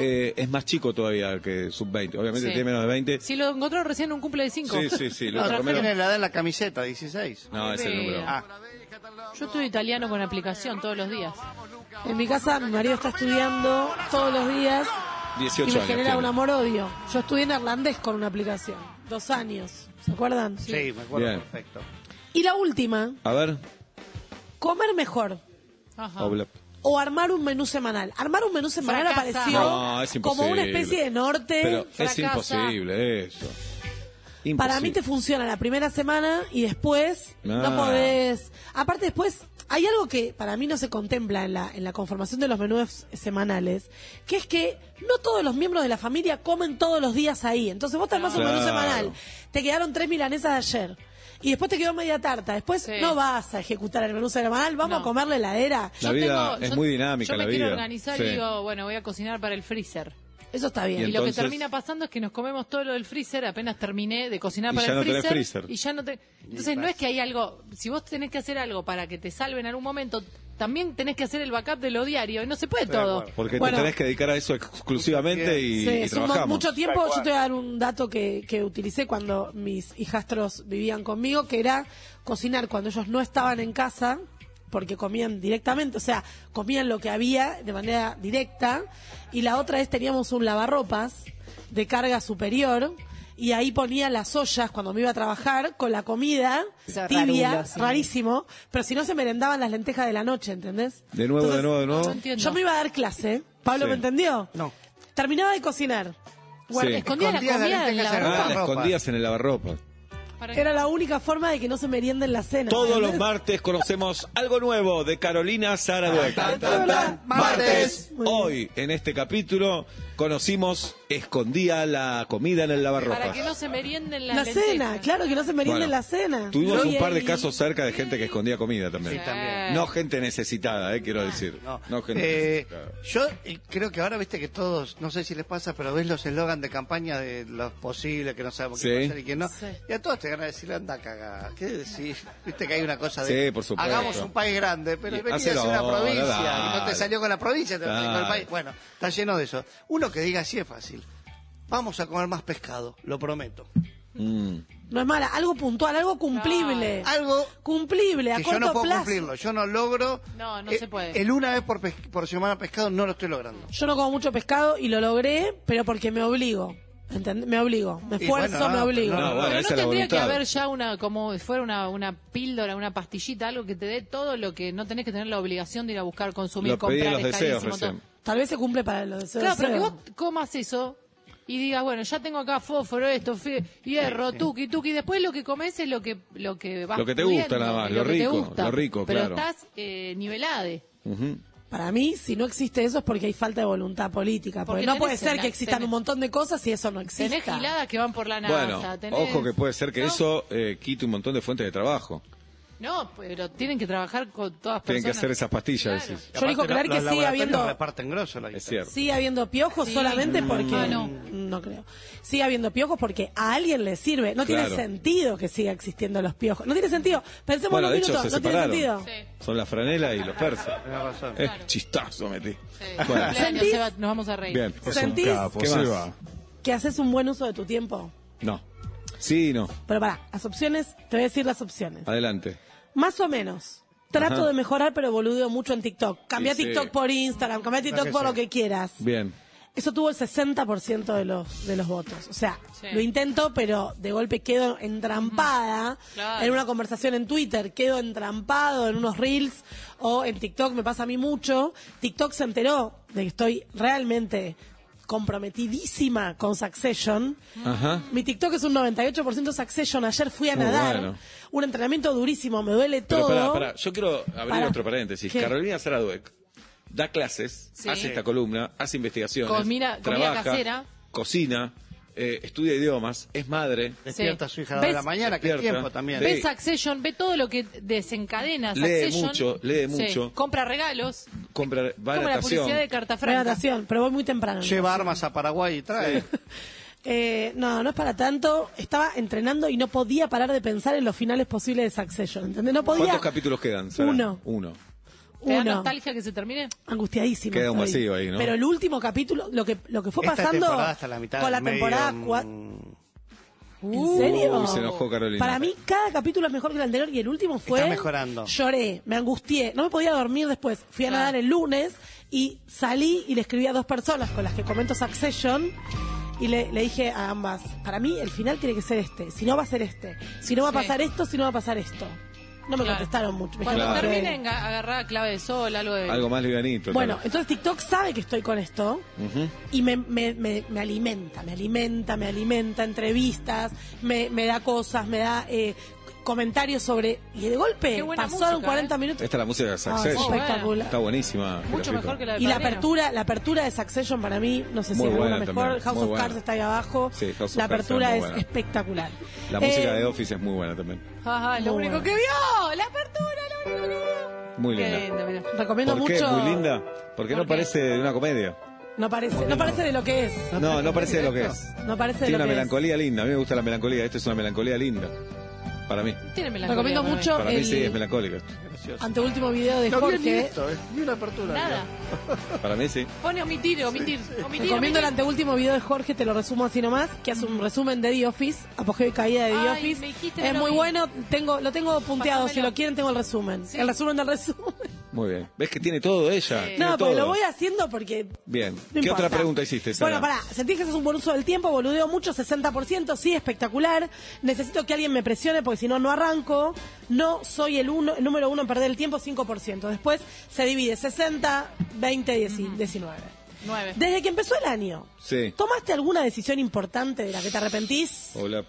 Speaker 3: Eh, es más chico todavía que sub-20, obviamente
Speaker 5: Sí.
Speaker 3: tiene menos de 20.
Speaker 5: Si lo encontró recién en un cumple de cinco.
Speaker 3: Sí, sí, sí,
Speaker 6: No,
Speaker 3: Lucas Romero.
Speaker 6: tiene la edad en la camiseta, 16.
Speaker 3: No, es el número.
Speaker 5: Ah. Yo estudio italiano con aplicación todos los días.
Speaker 4: En mi casa, mi marido está estudiando todos los días y
Speaker 3: 18
Speaker 4: me
Speaker 3: años.
Speaker 4: genera
Speaker 3: tiene.
Speaker 4: un amor-odio. Yo estudié neerlandés con una aplicación, dos años, ¿se acuerdan?
Speaker 6: Sí, me acuerdo
Speaker 3: Bien.
Speaker 6: perfecto.
Speaker 4: Y la última,
Speaker 3: A ver,
Speaker 4: comer mejor.
Speaker 5: Ajá.
Speaker 3: Obla-
Speaker 4: o armar un menú semanal. Armar un menú semanal
Speaker 5: Fracasa.
Speaker 4: apareció
Speaker 3: No, es imposible.
Speaker 4: como una especie de norte.
Speaker 3: Pero es
Speaker 5: fracasa.
Speaker 3: imposible eso.
Speaker 4: Para
Speaker 3: Imposible.
Speaker 4: mí te funciona la primera semana y después
Speaker 3: Ah.
Speaker 4: no podés. Aparte después hay algo que para mí no se contempla en la, en la conformación de los menús semanales, que es que no todos los miembros de la familia comen todos los días ahí. Entonces vos te armás un menú
Speaker 3: Claro.
Speaker 4: semanal, te quedaron tres milanesas de ayer. Y después te quedó media tarta. Después
Speaker 5: Sí.
Speaker 4: no vas a ejecutar el menú semanal, vamos a
Speaker 5: No.
Speaker 4: comer la heladera.
Speaker 3: La vida es muy dinámica,
Speaker 5: Yo me
Speaker 3: la
Speaker 5: quiero
Speaker 3: vida.
Speaker 5: organizar
Speaker 3: Sí.
Speaker 5: y digo, bueno, voy a cocinar para el freezer.
Speaker 4: Eso está bien.
Speaker 5: Y,
Speaker 3: Y
Speaker 5: lo que
Speaker 3: entonces-
Speaker 5: termina pasando es que nos comemos todo lo del freezer, apenas terminé de cocinar
Speaker 3: Y
Speaker 5: para
Speaker 3: ya
Speaker 5: el
Speaker 3: no tenés
Speaker 5: freezer,
Speaker 3: freezer.
Speaker 5: Y ya no te... Entonces no es que hay algo, si vos tenés que hacer algo para que te salve en algún momento, también tenés que hacer el backup de lo diario, y no se puede todo.
Speaker 6: acuerdo.
Speaker 3: Porque
Speaker 4: Bueno.
Speaker 3: te tenés que dedicar a eso exclusivamente y,
Speaker 4: Sí,
Speaker 3: y
Speaker 4: es un mo-
Speaker 3: trabajamos.
Speaker 4: mucho tiempo. Yo te voy a dar un dato que, que utilicé cuando mis hijastros vivían conmigo, que era cocinar cuando ellos no estaban en casa, porque comían directamente, o sea, comían lo que había de manera directa. Y la otra es teníamos un lavarropas de carga superior. Y ahí ponía las ollas cuando me iba a trabajar con la comida
Speaker 8: Eso es
Speaker 4: tibia,
Speaker 8: rarulo, sí.
Speaker 4: rarísimo, pero si no se merendaban las lentejas de la noche, ¿entendés?
Speaker 3: De nuevo, de
Speaker 4: Entonces,
Speaker 3: nuevo, de nuevo. Ah,
Speaker 5: no entiendo.
Speaker 4: Yo me iba a dar clase, Pablo,
Speaker 3: Sí.
Speaker 4: ¿me entendió?
Speaker 6: No.
Speaker 4: Terminaba de cocinar.
Speaker 3: Sí.
Speaker 5: Escondía la
Speaker 6: Escondías la
Speaker 5: comida en
Speaker 6: lenteja
Speaker 5: la
Speaker 6: cerrada.
Speaker 3: Ah,
Speaker 5: ropa.
Speaker 3: la
Speaker 6: Lavarropa.
Speaker 3: escondías en el lavarropa.
Speaker 5: Para que-
Speaker 4: Era la única forma de que no se merienden la cena.
Speaker 3: Todos los
Speaker 4: ¿entendés?
Speaker 3: martes conocemos algo nuevo de Carolina Saradueca. Martes. Hoy, en este capítulo, conocimos Escondía la comida en el
Speaker 5: Para
Speaker 3: lavarropa.
Speaker 5: que no se merienden las
Speaker 4: La cena,
Speaker 5: lentejas.
Speaker 4: claro que no se merienden
Speaker 3: Bueno,
Speaker 4: la cena.
Speaker 3: Tuvimos
Speaker 4: Yo
Speaker 3: un
Speaker 4: y
Speaker 3: par de
Speaker 4: ahí-
Speaker 3: casos cerca de gente que escondía comida también.
Speaker 6: Sí, también.
Speaker 3: No gente necesitada, eh, quiero decir.
Speaker 6: No.
Speaker 3: No gente
Speaker 6: Eh,
Speaker 3: necesitada.
Speaker 6: yo eh, creo que ahora viste que todos, no sé si les pasa, pero ves los eslogan de campaña de los posibles, que no sabemos
Speaker 3: Sí.
Speaker 6: quién va a ser y quién no. Y a todos te ganas de decir, anda a cagar. ¿Qué decís? Viste que hay una cosa de.
Speaker 3: Sí, por supuesto.
Speaker 6: Hagamos un país grande, pero
Speaker 3: Y
Speaker 6: venía a
Speaker 3: hacelo
Speaker 6: hacer una
Speaker 3: ahora,
Speaker 6: provincia
Speaker 3: dale.
Speaker 6: y no te salió con la provincia, te lo salió con
Speaker 3: Dale.
Speaker 6: el país. Bueno, está lleno de eso. Uno que diga así es fácil. Vamos a comer más pescado, lo prometo.
Speaker 3: Mm.
Speaker 4: No es mala, algo puntual, algo cumplible.
Speaker 6: Algo
Speaker 4: Cumplible, a
Speaker 6: que yo
Speaker 4: corto
Speaker 6: no puedo
Speaker 4: plazo.
Speaker 6: cumplirlo. Yo no logro.
Speaker 5: No, no
Speaker 6: eh,
Speaker 5: se puede.
Speaker 6: El una vez por, pes- por semana pescado no lo estoy logrando.
Speaker 4: Yo no como mucho pescado y lo logré, pero porque me obligo. ¿Entendés? Me obligo, me
Speaker 6: Y
Speaker 4: esfuerzo,
Speaker 6: bueno,
Speaker 4: me
Speaker 6: no,
Speaker 4: obligo.
Speaker 3: no, bueno,
Speaker 5: Pero
Speaker 3: esa
Speaker 5: no
Speaker 3: es la
Speaker 5: tendría que
Speaker 3: voluntad.
Speaker 5: haber ya una, como si fuera una, una píldora, una pastillita, algo que te dé todo lo que no tenés que tener la obligación de ir a buscar, consumir,
Speaker 3: Lo pedí en
Speaker 5: comprar,
Speaker 3: los
Speaker 5: es
Speaker 3: deseos
Speaker 5: carísimo,
Speaker 3: recién.
Speaker 5: todo.
Speaker 4: Tal vez se cumple para los deseos.
Speaker 5: Claro, pero que
Speaker 4: deseos.
Speaker 5: vos comas eso y digas, bueno, ya tengo acá fósforo, esto, fi- hierro, tuqui, tuqui. Después lo que comes es lo que, lo que vas
Speaker 3: Lo que te gusta
Speaker 5: pudiendo,
Speaker 3: nada más,
Speaker 5: y
Speaker 3: lo
Speaker 5: que te
Speaker 3: rico,
Speaker 5: gusta.
Speaker 3: lo rico, claro.
Speaker 5: Pero estás eh, nivelade.
Speaker 3: Ujú.
Speaker 4: Para mí, si no existe eso es porque hay falta de voluntad política. Porque,
Speaker 5: Porque
Speaker 4: no
Speaker 5: tenés
Speaker 4: puede ser
Speaker 5: cena,
Speaker 4: que existan
Speaker 5: tenés-
Speaker 4: un montón de cosas y eso no exista.
Speaker 5: Tenés giladas que van por la NASA.
Speaker 3: Bueno,
Speaker 5: tenés-
Speaker 3: ojo que puede ser que
Speaker 5: No,
Speaker 3: eso eh, quite un montón de fuentes de trabajo.
Speaker 5: No, pero tienen que trabajar con todas
Speaker 3: Tienen
Speaker 5: personas.
Speaker 3: que hacer esas pastillas.
Speaker 5: Claro.
Speaker 3: decís.
Speaker 4: Yo digo,
Speaker 6: Aparte,
Speaker 4: claro
Speaker 6: lo-
Speaker 4: que
Speaker 6: los
Speaker 4: sigue
Speaker 6: laboratorios
Speaker 4: habiendo-
Speaker 6: reparten grosso la
Speaker 3: Es
Speaker 6: guita.
Speaker 3: cierto.
Speaker 4: Sigue habiendo piojos
Speaker 5: Sí.
Speaker 4: solamente porque.
Speaker 5: Ah, no.
Speaker 4: no creo. Sigue habiendo piojos porque a alguien le sirve. No
Speaker 3: Claro.
Speaker 4: tiene sentido que siga existiendo los piojos. No tiene sentido. Pensemos
Speaker 3: Bueno,
Speaker 4: unos
Speaker 3: de hecho,
Speaker 4: minutos.
Speaker 3: se
Speaker 4: no tiene
Speaker 3: separaron.
Speaker 4: sentido.
Speaker 5: Sí.
Speaker 3: Son la franela y los persas.
Speaker 6: Tenés razón.
Speaker 3: Es chistazo, metí.
Speaker 5: Sí.
Speaker 3: Bueno,
Speaker 5: Cumpleaños,
Speaker 4: ¿Sentís?
Speaker 5: Seba, nos vamos a reír.
Speaker 3: bien.
Speaker 8: Es
Speaker 4: ¿Sentís?
Speaker 8: un capo,
Speaker 3: ¿Qué más?
Speaker 8: Seba.
Speaker 4: Que haces un buen uso de tu tiempo.
Speaker 3: No. Sí, y no.
Speaker 4: Pero pará, las opciones, te voy a decir las opciones.
Speaker 3: Adelante.
Speaker 4: Más o menos. Trato
Speaker 3: Ah. Ajá.
Speaker 4: de mejorar, pero boludeo mucho en TikTok. Cambié
Speaker 3: Sí, sí.
Speaker 4: TikTok por Instagram, cambié TikTok
Speaker 6: que
Speaker 4: por
Speaker 6: sí.
Speaker 4: lo que quieras.
Speaker 3: Bien.
Speaker 4: Eso tuvo el 60% de los, de los votos. O sea,
Speaker 5: Sí.
Speaker 4: lo intento, pero de golpe quedo entrampada
Speaker 5: Claro.
Speaker 4: en una conversación en Twitter, quedo entrampado en unos reels o en TikTok, me pasa a mí mucho. TikTok se enteró de que estoy realmente comprometidísima con Succession.
Speaker 5: Mm.
Speaker 3: Ajá.
Speaker 4: Mi TikTok es un 98% Succession. Ayer fui a
Speaker 3: Muy
Speaker 4: nadar.
Speaker 3: bueno.
Speaker 4: Un entrenamiento durísimo, me duele
Speaker 3: Pero
Speaker 4: todo.
Speaker 3: pará, pará, yo quiero abrir
Speaker 4: Pará.
Speaker 3: otro paréntesis.
Speaker 4: ¿Qué?
Speaker 3: Carolina Saraduec da clases,
Speaker 5: Sí.
Speaker 3: hace esta columna, hace investigaciones,
Speaker 5: Comida- comida
Speaker 3: trabaja,
Speaker 5: casera.
Speaker 3: cocina, eh, estudia idiomas, es madre,
Speaker 6: Despierta a
Speaker 5: Sí.
Speaker 6: su hija a la hora de la
Speaker 5: ¿Ves?
Speaker 6: mañana, que es
Speaker 3: Despierta.
Speaker 6: tiempo también.
Speaker 3: Sí.
Speaker 5: Ve Succession, ve todo lo que desencadena
Speaker 3: Lee
Speaker 5: Succession.
Speaker 3: mucho, lee
Speaker 5: Sí.
Speaker 3: mucho.
Speaker 5: Compra regalos.
Speaker 3: compra, va a
Speaker 5: como la
Speaker 3: natación.
Speaker 5: publicidad de Carta
Speaker 4: Fue a
Speaker 5: Franca.
Speaker 4: natación, pero voy muy temprano.
Speaker 6: Lleva armas a Paraguay y trae.
Speaker 4: Eh, no, no es para tanto. Estaba entrenando y no podía parar de pensar en los finales posibles de Succession. ¿Entendés? No podía.
Speaker 3: ¿Cuántos capítulos quedan? Sara?
Speaker 4: Uno.
Speaker 3: Uno.
Speaker 5: ¿Te da
Speaker 4: Uno.
Speaker 5: nostalgia que se termine?
Speaker 4: Angustiadísimo.
Speaker 3: Queda un
Speaker 4: estoy.
Speaker 3: vacío ahí, ¿no?
Speaker 4: Pero el último capítulo, lo que, lo que fue
Speaker 6: Esta
Speaker 4: pasando
Speaker 6: temporada hasta la mitad
Speaker 4: con la
Speaker 6: del medio,
Speaker 4: temporada
Speaker 6: mm,
Speaker 4: cua- ¿En serio?
Speaker 3: Uy, Uh, se enojó Carolina.
Speaker 4: Para mí, cada capítulo es mejor que el anterior y el último fue.
Speaker 6: Está mejorando. Ah.
Speaker 4: Lloré, me angustié, no me podía dormir después. Fui a nadar el lunes y salí y le escribí a dos personas con las que comento Succession. Y le, le dije a ambas, para mí el final tiene que ser este, si no va a ser este, si no va a
Speaker 5: Sí.
Speaker 4: pasar esto, si no va a pasar esto. No me
Speaker 5: Claro.
Speaker 4: contestaron mucho. me
Speaker 5: Cuando
Speaker 4: dijeron,
Speaker 3: Claro.
Speaker 5: termine,
Speaker 4: "Ok".
Speaker 5: enga- agarrá clave de sol, algo de.
Speaker 3: Algo más livianito.
Speaker 4: Bueno,
Speaker 3: tal vez.
Speaker 4: entonces TikTok sabe que estoy con esto
Speaker 3: Ujú.
Speaker 4: y me, me- me- me alimenta, me alimenta, me alimenta, entrevistas, me, me da cosas, me da eh, comentarios sobre... Y de
Speaker 5: Qué
Speaker 4: golpe
Speaker 5: buena
Speaker 4: pasaron
Speaker 5: música,
Speaker 4: 40
Speaker 5: ¿eh?
Speaker 4: minutos.
Speaker 3: Esta es la música de
Speaker 4: Ah,
Speaker 3: Succession.
Speaker 5: bueno.
Speaker 4: espectacular.
Speaker 3: Está buenísima.
Speaker 5: Mucho
Speaker 3: Girafito.
Speaker 5: mejor que la de
Speaker 4: Y la
Speaker 5: Padrino.
Speaker 4: apertura, la apertura de Succession para mí, no sé si
Speaker 3: Muy
Speaker 4: es alguna
Speaker 3: buena
Speaker 4: mejor,
Speaker 3: también,
Speaker 4: House
Speaker 3: muy
Speaker 4: of
Speaker 3: buena.
Speaker 4: Cards está ahí abajo,
Speaker 3: Sí, House of
Speaker 4: la
Speaker 3: Cards es
Speaker 4: apertura
Speaker 3: muy
Speaker 4: es,
Speaker 3: buena.
Speaker 4: espectacular.
Speaker 3: La música
Speaker 4: Eh,
Speaker 3: de Office es muy buena también.
Speaker 5: Ajá, lo
Speaker 4: Muy
Speaker 5: único
Speaker 4: bueno.
Speaker 5: que vio, la apertura, lo único que vio.
Speaker 3: Muy
Speaker 5: Qué
Speaker 3: linda.
Speaker 5: lindo, mirá.
Speaker 4: Recomiendo
Speaker 3: ¿Por qué?
Speaker 4: mucho.
Speaker 3: Muy linda. Porque
Speaker 5: ¿Por
Speaker 3: no
Speaker 5: qué?
Speaker 3: parece de una comedia.
Speaker 4: No parece, no parece de lo que es.
Speaker 3: No, no parece de lo que es.
Speaker 4: No parece de
Speaker 3: Tiene
Speaker 4: lo
Speaker 3: una
Speaker 4: que es.
Speaker 3: melancolía linda. A mí me gusta la melancolía. Esta es una melancolía linda. Para mí.
Speaker 5: Tiene melancolía,
Speaker 4: Recomiendo
Speaker 5: bebé.
Speaker 4: mucho
Speaker 3: Para mí sí es
Speaker 4: el
Speaker 3: melancólica.
Speaker 4: anteúltimo video de
Speaker 6: No vi ni
Speaker 4: Jorge.
Speaker 6: esto, eh, ni una apertura.
Speaker 5: Nada.
Speaker 3: Para mí sí.
Speaker 5: Pone omitir, omitir, omitir.
Speaker 4: Recomiendo el
Speaker 5: omitir.
Speaker 4: anteúltimo video de Jorge, te lo resumo así nomás, que hace un resumen de The Office, apogeo y caída de The
Speaker 5: Ay, me
Speaker 4: Office.
Speaker 5: dijiste,
Speaker 4: Es
Speaker 5: no lo
Speaker 4: muy
Speaker 5: vi.
Speaker 4: bueno, tengo, lo tengo punteado, si
Speaker 5: Pásamelo.
Speaker 4: lo quieren tengo el resumen.
Speaker 5: Sí.
Speaker 4: El resumen del resumen.
Speaker 3: Muy bien. ¿Ves que tiene todo ella?
Speaker 5: Sí.
Speaker 3: Tiene
Speaker 4: No, pero
Speaker 3: todo.
Speaker 4: lo voy haciendo porque...
Speaker 3: Bien.
Speaker 4: no
Speaker 3: ¿Qué
Speaker 4: importa.
Speaker 3: otra pregunta hiciste, Sara?
Speaker 4: Bueno, pará, sentís que haces un buen uso del tiempo, boludeo mucho, 60%, sí, espectacular. Necesito que alguien me presione porque si no, no arranco. No soy el, uno, el número uno en perder el tiempo, 5%. Después se divide 60, 20, 10, 19.
Speaker 5: Nueve.
Speaker 4: Desde que empezó el año,
Speaker 3: Sí.
Speaker 4: ¿tomaste alguna decisión importante de la que te arrepentís?
Speaker 3: Hola.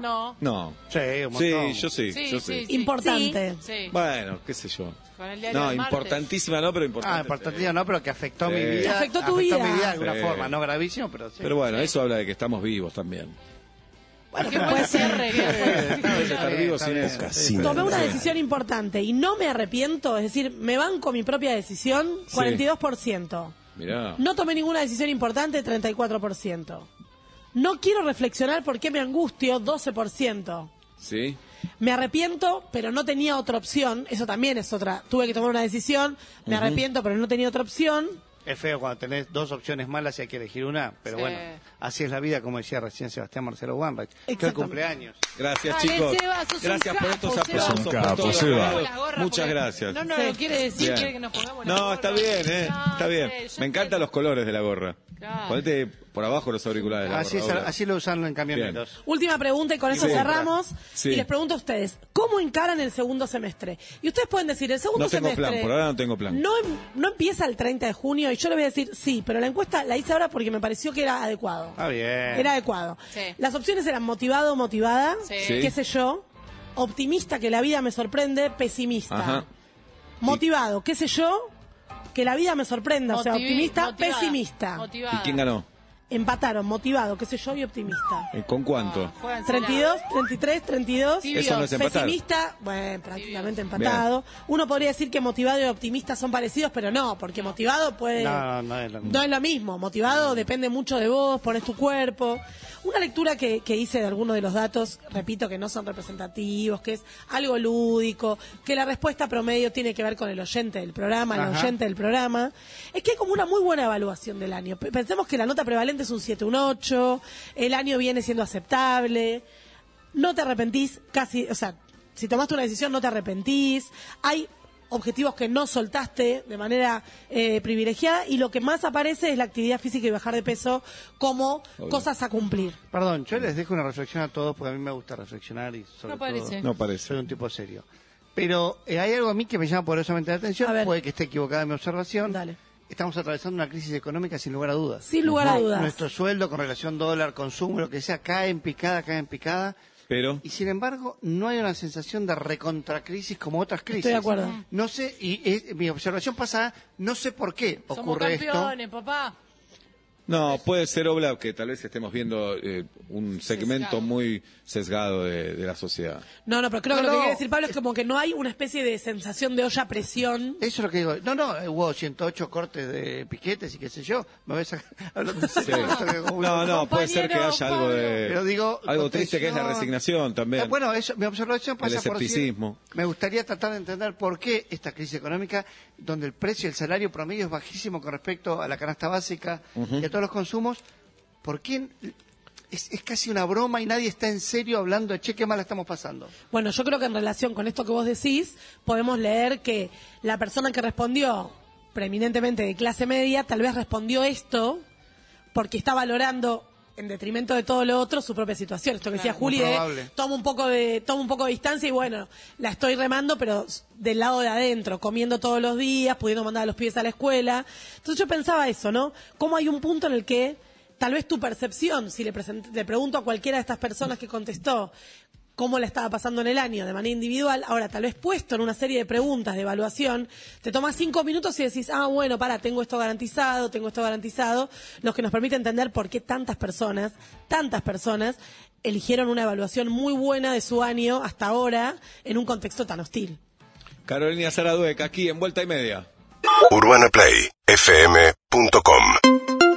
Speaker 5: No.
Speaker 3: No.
Speaker 6: Sí, un
Speaker 3: Sí,
Speaker 6: montón.
Speaker 3: yo sí,
Speaker 5: Sí,
Speaker 3: yo
Speaker 5: sí,
Speaker 3: sí.
Speaker 5: sí.
Speaker 4: Importante.
Speaker 5: Sí.
Speaker 3: Bueno, qué sé yo.
Speaker 5: Con el diario
Speaker 3: No,
Speaker 5: del martes.
Speaker 3: importantísima no, pero importante.
Speaker 6: Ah, importantísimo no, pero que afectó
Speaker 3: Sí.
Speaker 6: mi vida.
Speaker 4: Afectó tu vida.
Speaker 6: mi vida de alguna
Speaker 3: Sí.
Speaker 6: forma, no gravísimo, pero sí.
Speaker 3: Pero bueno, eso habla de que estamos vivos también.
Speaker 4: Bueno,
Speaker 5: Qué
Speaker 4: pero
Speaker 5: buen
Speaker 4: puede ser.
Speaker 5: cierre. qué buen
Speaker 6: Está bien,
Speaker 5: cierre.
Speaker 6: está
Speaker 3: Estar
Speaker 6: bien,
Speaker 3: vivo
Speaker 6: está
Speaker 3: sin
Speaker 6: bien.
Speaker 3: eso.
Speaker 1: Casino.
Speaker 4: Tomé una
Speaker 3: Sí.
Speaker 4: decisión importante y no me arrepiento, es decir, me banco mi propia decisión, 42%.
Speaker 3: Mirá.
Speaker 4: No tomé ninguna decisión importante, 34%. No quiero reflexionar por qué me angustio, 12%.
Speaker 3: Sí.
Speaker 4: Me arrepiento, pero no tenía otra opción. Eso también es otra. Tuve que tomar una decisión. Me arrepiento, pero no tenía otra opción.
Speaker 6: Es feo cuando tenés dos opciones malas y hay que elegir una, pero
Speaker 5: Sí.
Speaker 6: bueno, así es la vida, como decía recién Sebastián Marcelo Wanreich. Fue
Speaker 4: Exactamente.
Speaker 6: cumpleaños.
Speaker 3: Gracias,
Speaker 5: Dale,
Speaker 3: chicos.
Speaker 5: Seba, sos un
Speaker 3: gracias por
Speaker 5: capo,
Speaker 3: estos
Speaker 5: Seba.
Speaker 3: aplausos.
Speaker 8: Sos un
Speaker 3: por
Speaker 8: capo,
Speaker 3: todos los
Speaker 8: Seba.
Speaker 3: regalos.
Speaker 5: La gorra,
Speaker 3: Muchas
Speaker 5: porque
Speaker 3: gracias.
Speaker 5: No, no,
Speaker 4: Sí.
Speaker 5: lo quiere decir,
Speaker 3: Bien.
Speaker 5: quiere que nos pongamos la
Speaker 3: No,
Speaker 5: gorra.
Speaker 3: está bien, ¿eh?
Speaker 5: No,
Speaker 3: está bien.
Speaker 5: sí, yo
Speaker 3: Me encantan
Speaker 5: entiendo.
Speaker 3: los colores de la gorra.
Speaker 5: Claro.
Speaker 3: Ponete por abajo los auriculares. de La
Speaker 6: Así, es,
Speaker 3: gorra, ahora.
Speaker 6: así lo usan en camioneros.
Speaker 4: Última pregunta y con eso
Speaker 3: Sí.
Speaker 4: cerramos.
Speaker 3: Sí.
Speaker 4: Y les pregunto a ustedes, ¿cómo encaran el segundo semestre? Y ustedes pueden decir, el segundo
Speaker 3: No tengo
Speaker 4: semestre...
Speaker 3: plan, por ahora no tengo plan.
Speaker 4: No, em- no empieza el 30 de junio y yo les voy a decir, sí, pero la encuesta la hice ahora porque me pareció que era adecuado.
Speaker 6: Ah, bien.
Speaker 4: Era adecuado.
Speaker 5: Sí.
Speaker 4: Las opciones eran motivado, motivada,
Speaker 5: Sí.
Speaker 3: Sí.
Speaker 4: qué sé yo, optimista, que la vida me sorprende, pesimista.
Speaker 3: Ajá.
Speaker 4: Motivado, qué sé yo, que la vida me sorprenda, o sea,
Speaker 5: Motivi-
Speaker 4: optimista,
Speaker 5: motivada,
Speaker 4: pesimista.
Speaker 5: Motivada.
Speaker 3: ¿Y quién ganó?
Speaker 4: empataron, motivado, qué sé yo, y optimista.
Speaker 3: Eh, ¿Con cuánto?
Speaker 5: Juegan
Speaker 4: 32, 33, 32.
Speaker 5: Tibios. Eso no
Speaker 3: es empatar.
Speaker 4: Pesimista, bueno, prácticamente empatado. Uno podría decir que motivado y optimista son parecidos, pero no, porque motivado puede...
Speaker 6: No, no es lo mismo.
Speaker 4: No es lo mismo, motivado depende mucho de vos, pones tu cuerpo. Una lectura que, que hice de algunos de los datos, repito, que no son representativos, que es algo lúdico, que la respuesta promedio tiene que ver con el oyente del programa, el
Speaker 6: Ajá.
Speaker 4: oyente del programa, es que hay como una muy buena evaluación del año. Pe- Pensemos que la nota prevalente es un 7, un 8, el año viene siendo aceptable, no te arrepentís casi, o sea, si tomaste una decisión no te arrepentís, hay objetivos que no soltaste de manera eh, privilegiada y lo que más aparece es la actividad física y bajar de peso como cosas a cumplir.
Speaker 6: Perdón, yo les dejo una reflexión a todos porque a mí me gusta reflexionar y sobre
Speaker 5: No parece.
Speaker 6: todo-
Speaker 3: No parece.
Speaker 6: Soy un tipo serio. Pero eh, hay algo a mí que me llama poderosamente la
Speaker 4: A
Speaker 6: atención.
Speaker 4: ver.
Speaker 6: Puede que esté equivocada mi observación.
Speaker 4: Dale.
Speaker 6: Estamos atravesando una crisis económica sin lugar a dudas.
Speaker 4: Sin lugar a
Speaker 6: No,
Speaker 4: dudas.
Speaker 6: Nuestro sueldo con relación dólar, consumo, lo que sea, cae en picada, cae en picada.
Speaker 3: Pero,
Speaker 6: Y sin embargo, no hay una sensación de recontracrisis como otras crisis.
Speaker 4: de acuerdo.
Speaker 6: No sé, y es- mi observación pasa, a, no sé por qué
Speaker 5: Somos
Speaker 6: ocurre esto.
Speaker 5: campeones, papá.
Speaker 3: no, puede ser obra que tal vez estemos viendo eh, un segmento
Speaker 5: Sesgado.
Speaker 3: muy sesgado de, de la sociedad.
Speaker 4: No, no, pero creo que
Speaker 6: No,
Speaker 4: lo que
Speaker 6: no.
Speaker 4: quiere decir Pablo es como que no hay una especie de sensación de olla a presión.
Speaker 6: Eso es lo que digo. No, no, eh, hubo 108 cortes de piquetes y qué sé yo. Me voy a sacar hablando en serio, me saca como un-
Speaker 3: No, no, puede ser que haya algo de.
Speaker 6: Pero digo,
Speaker 3: algo triste que es la
Speaker 6: contención.
Speaker 3: resignación
Speaker 6: Eh,
Speaker 3: también.
Speaker 6: Bueno, eso, mi observación pasa
Speaker 3: El escepticismo.
Speaker 6: por decir, me gustaría tratar de entender por qué esta crisis económica, donde el precio, el salario promedio es bajísimo con respecto a la canasta básica y a todos los consumos, ¿por qué es, es casi una broma y nadie está en serio hablando de che, qué mal estamos pasando?
Speaker 4: Bueno, yo creo que en relación con esto que vos decís, podemos leer que la persona que respondió preeminentemente de clase media, tal vez respondió esto porque está valorando en detrimento de todo lo otro su propia situación. Esto que decía
Speaker 6: muy
Speaker 4: Juli, de,
Speaker 6: probable.
Speaker 4: toma un poco de toma un poco de distancia y bueno, la estoy remando, pero s- del lado de adentro, comiendo todos los días, pudiendo mandar a los pibes a la escuela. Entonces yo pensaba eso, ¿no? Cómo hay un punto en el que tal vez tu percepción, si le, present- le pregunto a cualquiera de estas personas que contestó cómo la estaba pasando en el año de manera individual, ahora tal vez puesto en una serie de preguntas de evaluación, te tomas cinco minutos y decís, ah, bueno, para, tengo esto garantizado, tengo esto garantizado, lo que nos permite entender por qué tantas personas, tantas personas, eligieron una evaluación muy buena de su año hasta ahora en un contexto tan hostil.
Speaker 3: Carolina Saradueca, aquí en vuelta y media.
Speaker 1: UrbanaPlayFM.com